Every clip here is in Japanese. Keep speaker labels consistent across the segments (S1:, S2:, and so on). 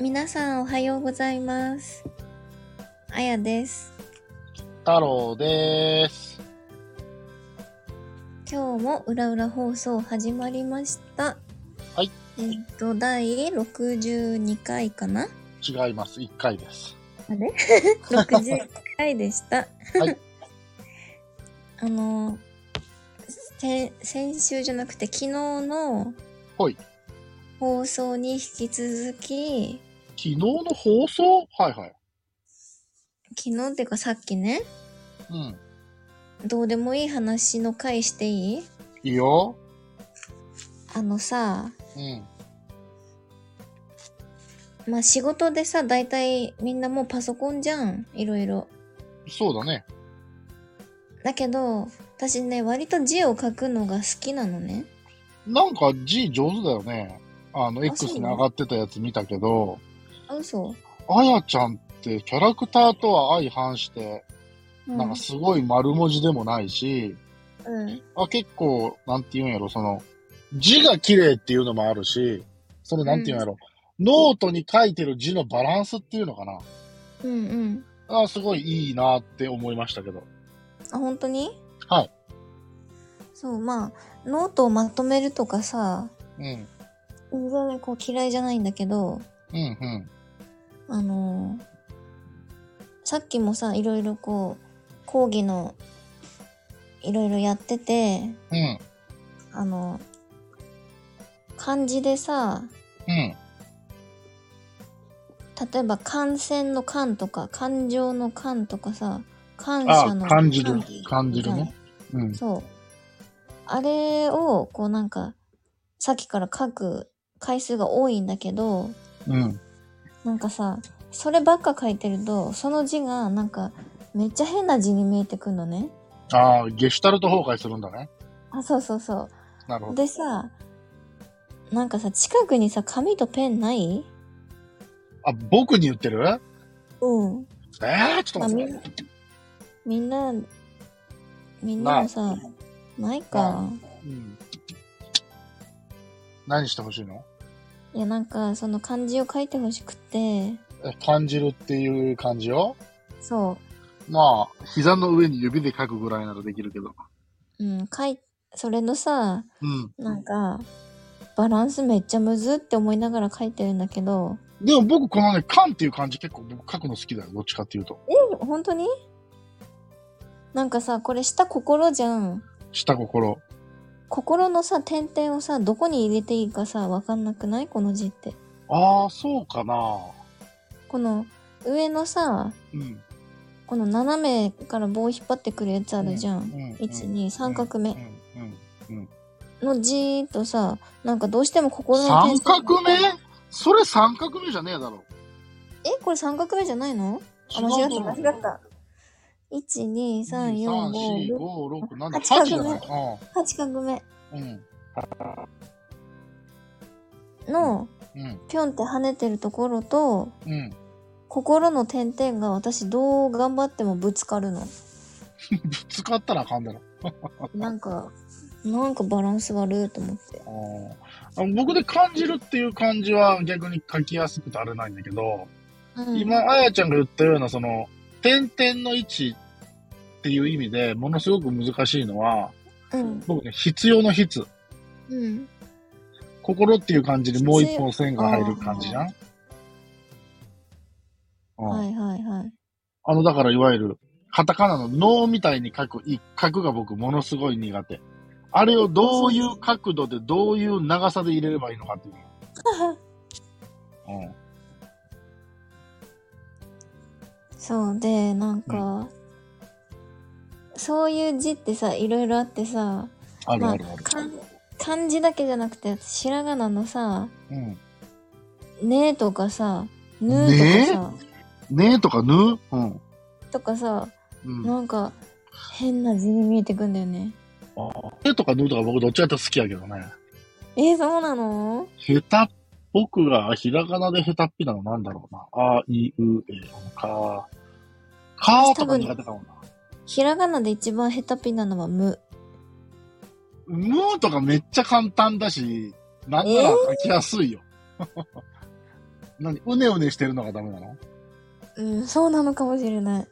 S1: 皆さんおはようございます。あやです。
S2: 太郎です。
S1: 今日もうらうら放送始まりました。
S2: はい。
S1: えっと、第62回か な
S2: 違います。1回です。
S1: あれ ?61 回でした。
S2: はい。
S1: あの、先先週じゃなくて昨日の
S2: ほい。
S1: 放送に引き続き、
S2: 昨日の放送はいはい。
S1: 昨日っていうかさっきね、
S2: うん。
S1: どうでもいい話の回していい
S2: いいよ。
S1: あのさ、
S2: うん。
S1: まあ仕事でさ、大体みんなもうパソコンじゃん、いろいろ。
S2: そうだね。
S1: だけど、私ね、割と字を書くのが好きなのね。
S2: なんか字上手だよね。あの、
S1: あそう
S2: X に上がってたやつ見たけど、
S1: あ、嘘
S2: あやちゃんってキャラクターとは相反して、
S1: うん
S2: なんかすごい丸文字でもないし、
S1: うん。
S2: あ、結構、なんて言うんやろ、その、字が綺麗っていうのもあるし、その、なんて言うんやろ、ノートに書いてる字のバランスっていうのかな。
S1: うんうん。
S2: あすごいいいなって思いましたけど。
S1: あ、本当に
S2: はい。
S1: そう、まあ、ノートをまとめるとかさ、
S2: うん。
S1: 全然こう嫌いじゃないんだけど、
S2: うんうん。
S1: あのーさっきもさ、いろいろこう、講義の、いろいろやってて、
S2: うん。
S1: あの、漢字でさ、
S2: うん。
S1: 例えば感染の感とか、感情の感とかさ、感謝
S2: あ
S1: の、
S2: 感じる
S1: 感。
S2: 感じるね。うん。
S1: そう。あれを、こうなんか、さっきから書く回数が多いんだけど、
S2: うん。
S1: なんかさ、そればっか書いてると、その字がなんか、めっちゃ変な字に見えてくるのね。
S2: ああ、ゲシュタルト崩壊するんだね。
S1: あ、そうそうそ
S2: なるほ
S1: う。
S2: ど。
S1: でさ、なんかさ、近くにさ、紙とペンない
S2: あ、僕に言ってる
S1: うん。
S2: えー、ちょっと
S1: まあ、
S2: 待っ
S1: み
S2: て
S1: ん。みんな、みんなもさ、ないか。
S2: うん。何してほしいの
S1: いや、なんか、その漢字を書いてほしくて、
S2: え感じるっていう感じを
S1: そ
S2: まあ、膝の上に指で書くぐらいならできるけど。
S1: う、うん、書い、それのさ、
S2: うん。
S1: なんか、バランスめっちゃむずって思いながら書いてるんだけど、
S2: でも僕、このね、感っていう漢字結構僕書くの好きだよ。どっちかっていうと。
S1: え本当になんかさ、これ下心じゃん。
S2: 下心。
S1: 心のさ、点々をさ、どこに入れていいかさ、わかんなくないこの字って。
S2: ああ、そうかな。
S1: この、上のさ、
S2: うん。
S1: この斜めから棒引っ張ってくるやつあるじゃん。
S2: うん。うん
S1: 123画目
S2: うん。うん。
S1: のじーっとさなんかどうしても心の
S2: 三角目それ三角目じゃねえだろ。
S1: えこれ三角目じゃないのあ間違った間違った1234568
S2: 1,2,3,4,5,6,7,8
S1: 八画目
S2: じゃない。
S1: 画目
S2: うん。うん。
S1: の
S2: うん。
S1: ピョンって跳ねてるところと
S2: うん。
S1: 心の点々が私どう頑張ってもぶつかるの
S2: ぶつかったらあかんだろ。
S1: なんかなんかバランス悪いと思って
S2: あー僕で感じるっていう感じは逆に書きやすくてあれないんだけど、
S1: うん
S2: 今、あやちゃんが言ったような、その、点々の位置っていう意味でものすごく難しいのは、
S1: うん
S2: 僕ね、必要の必。
S1: うん
S2: 心っていう感じでもう一本線が入る感じじゃん。うん
S1: はいはいはい
S2: あの、だからいわゆる、カタカナの脳みたいに書く一角が僕ものすごい苦手。あれをどういう角度でどういう長さで入れればいいのかっていうの。
S1: そうでなんか、そういう字ってさいろいろあってさ
S2: うん。ある
S1: ま
S2: あ
S1: あ
S2: るある。
S1: かん漢字だけじゃなくて白髪なのさ
S2: うん。
S1: 「ね」とかさ「ぬ」とかさ、
S2: ねえとかぬうん。
S1: とかさ
S2: うん。ね
S1: なんか変な字に見えてくんだよね
S2: えとかぬとか僕どっちかって好きやけどね。
S1: えー、そうなの
S2: 下手、僕がひらがなで下手っぴなのなんだろうな。あ、い、う、え、か。かーとか苦手かもな。
S1: ひらがなで一番ヘタピなのは「む
S2: ムーとかめっちゃ簡単だし、なんなら書きやすいよ。 何うねうねしてるのがダメなの
S1: うん、そうなのかもしれない。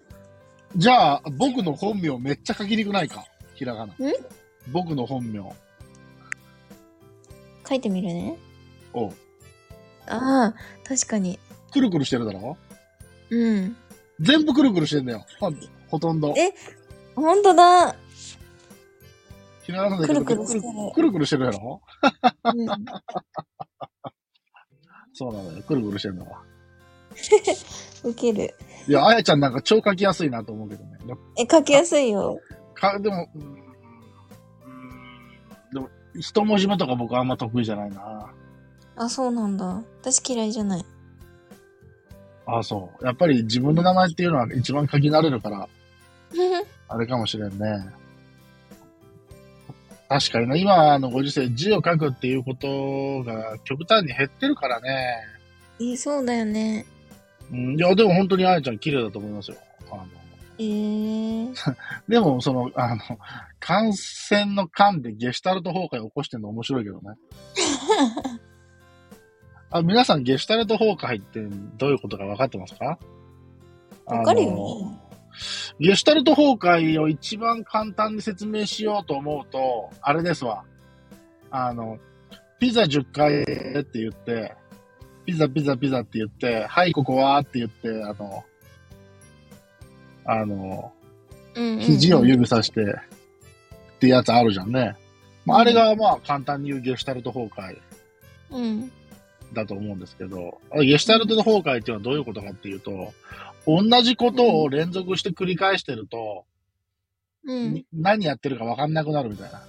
S2: じゃあ、僕の本名めっちゃ書きにくないかひらがな。僕の本名。
S1: 書いてみるね。
S2: おう
S1: ああ、確かに。
S2: くるくるしてるだろ
S1: うん。
S2: 全部くるくるしてんだよ。ほんほとんど。
S1: えほんとだ。
S2: ひらがなで
S1: くるくる
S2: く
S1: し
S2: る
S1: て
S2: くるくるくるしてるやろ
S1: る。うん
S2: そうなのよ。くるくるしてるのは。
S1: ウケる。
S2: いや、あやちゃんなんか超書きやすいなと思うけどね。
S1: え、書きやすいよ。
S2: か、でも、うーんうーんでも、一文字目とか僕あんま得意じゃないな。
S1: あ、そうなんだ。私嫌いじゃない。
S2: ああ、そう。やっぱり自分の名前っていうのは一番書き慣れるから、あれかもしれんね。確かにね、今のご時世、字を書くっていうことが極端に減ってるからね。
S1: え、そうだよね。
S2: うん、いや、でも本当にあやちゃん綺麗だと思いますよ。あの
S1: えー、
S2: でも、その、あの、感染の間でゲシュタルト崩壊を起こしてるの面白いけど ね。あ皆さん、ゲシュタルト崩壊ってどういうことか分かってますか
S1: わかるよ
S2: あの
S1: ね。
S2: ゲシュタルト崩壊を一番簡単に説明しようと思うと、あれですわ。あの、ピザ10回って言って、ピザピザピザって言って、はい、ここはって言って、あの、あの、
S1: うんうん
S2: 肘を指さして、ってやつあるじゃんね。まあ、あれがまあ簡単に言うゲシュタルト崩壊
S1: うん。
S2: だと思うんですけど、あゲシュタルト崩壊っていうのはどういうことかっていうと、同じことを連続して繰り返してると、
S1: うん。
S2: に何やってるか分かんなくなるみたいな。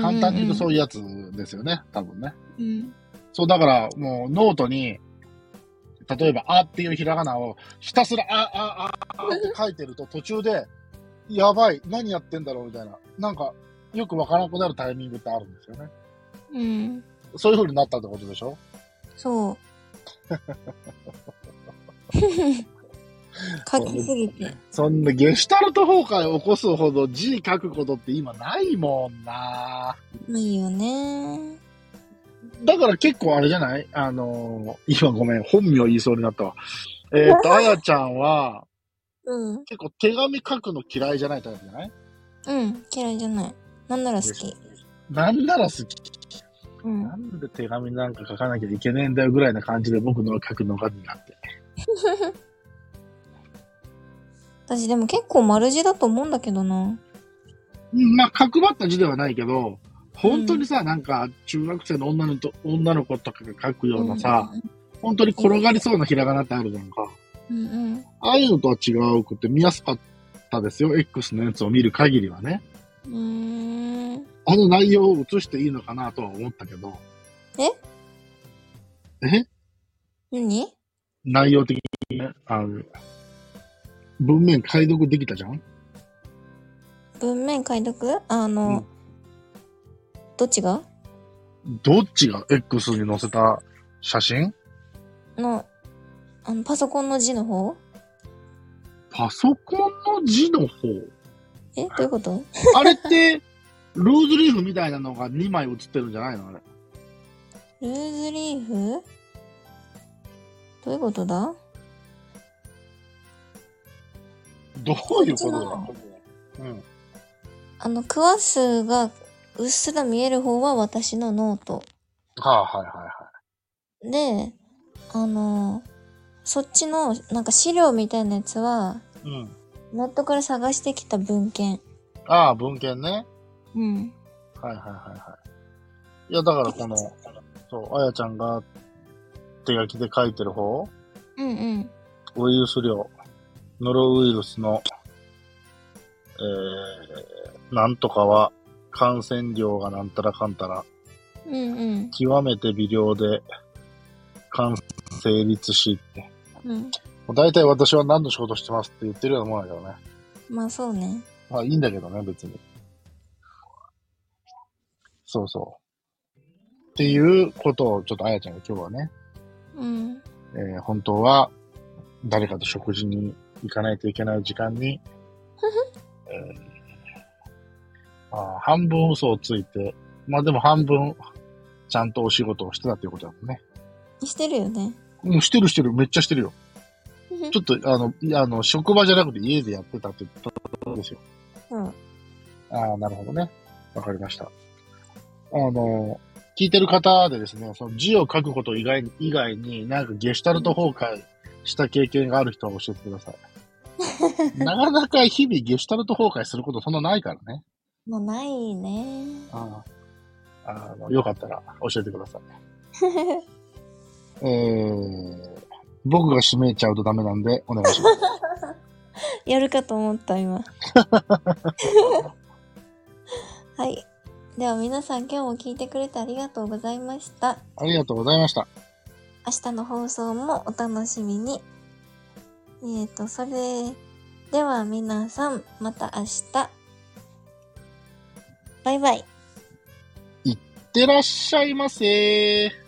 S2: 簡単に言うとそういうやつですよね、多分ね。
S1: うん。うん
S2: そう、だからもうノートに、例えば、あっていうひらがなをひたすら、あ、あ、あ、あって書いてると途中で、やばい、何やってんだろうみたいな。なんか、よくわからなくなるタイミングってあるんですよね。
S1: うん。
S2: そういう風になったってことでしょ
S1: そう。書きすぎて。
S2: そんなゲシュタルト崩壊を起こすほど字書くことって今ないもんな
S1: まあいいよね。
S2: だから結構あれじゃないあのー今ごめん、本名言いそうになったわ。えっ、と、あやちゃんは、
S1: うん。
S2: 結構手紙書くの嫌いじゃないタイプじゃない
S1: うん。嫌いじゃない。なんなら好き。
S2: なんなら好き。
S1: うん。
S2: なんで手紙なんか書かなきゃいけねえんだよぐらいな感じで僕の書くのが苦手。
S1: 私でも結構丸字だと思うんだけどな。
S2: うんまあ、角張った字ではないけど、本当にさ、なんか中学生の女のと女の子とかが書くようなさ、本当に転がりそうなひらがなってあるじゃんか。
S1: うんうん。
S2: ああいうのとは違うくて見やすかったですよ。X のやつを見る限りはね。
S1: うーん。
S2: あの内容を映していいのかなとは思ったけど、
S1: 何
S2: 内容的にね、あの、文面解読できたじゃん
S1: 文面解読あの、
S2: うん
S1: どっちが
S2: どっちが X に載せた写真
S1: の、あの、パソコンの字の方
S2: パソコンの字の方
S1: えどういうこと
S2: あれ って、ルーズリーフみたいなのが2枚写ってるんじゃないのあれ。
S1: ルーズリーフどういうことだ
S2: どういうことだろううん。
S1: あの、クワ数がうっすら見える方は私のノート。
S2: はあ、はいはいは
S1: で、あの、そっちの、なんか資料みたいなやつは、
S2: い。うん。
S1: ネットから探してきた文献。
S2: ああ、文献ね。
S1: うん。
S2: はいはいはいはい。いや、だからこの、そう、あやちゃんが手書きで書いてる方、
S1: うんうん。
S2: ウイルス量、ノロウイルスの、えー、なんとかは、感染量がなんたらかんたら、
S1: うんうん。
S2: 極めて微量で、感染率しって。
S1: うん。
S2: もう大体私は何の仕事してますって言ってるようなもんだけどね。
S1: まあそうね。
S2: まあいいんだけどね、別に。そうそう。っていうことをちょっとあやちゃんが今日はね、
S1: うん。
S2: えー本当は誰かと食事に行かないといけない時間に、えーあー半分嘘をついて、まあでも半分ちゃんとお仕事をしてたっていうことだもんね。
S1: してるよね。
S2: うん、してるしてる、めっちゃしてるよ。ちょっと、あの、いあの、職場じゃなくて家でやってたってことですよ。
S1: そう。
S2: ああ、なるほどね。わかりました。あの、聞いてる方でですね、その字を書くこと以外に、以外になんかゲシュタルト崩壊した経験がある人は教えてください。なかなか日々ゲシュタルト崩壊することそんなないからね。
S1: もうないね。
S2: あああのよかったら教えてください。えー、僕が閉めちゃうとダメなんでお願いします。
S1: やるかと思った 今。はい。では皆さん今日も聞いてくれてありがとうございました。
S2: ありがとうございました。
S1: 明日の放送もお楽しみに。えっ、と、それでは皆さん、また明日。バイバイ。
S2: いってらっしゃいませー。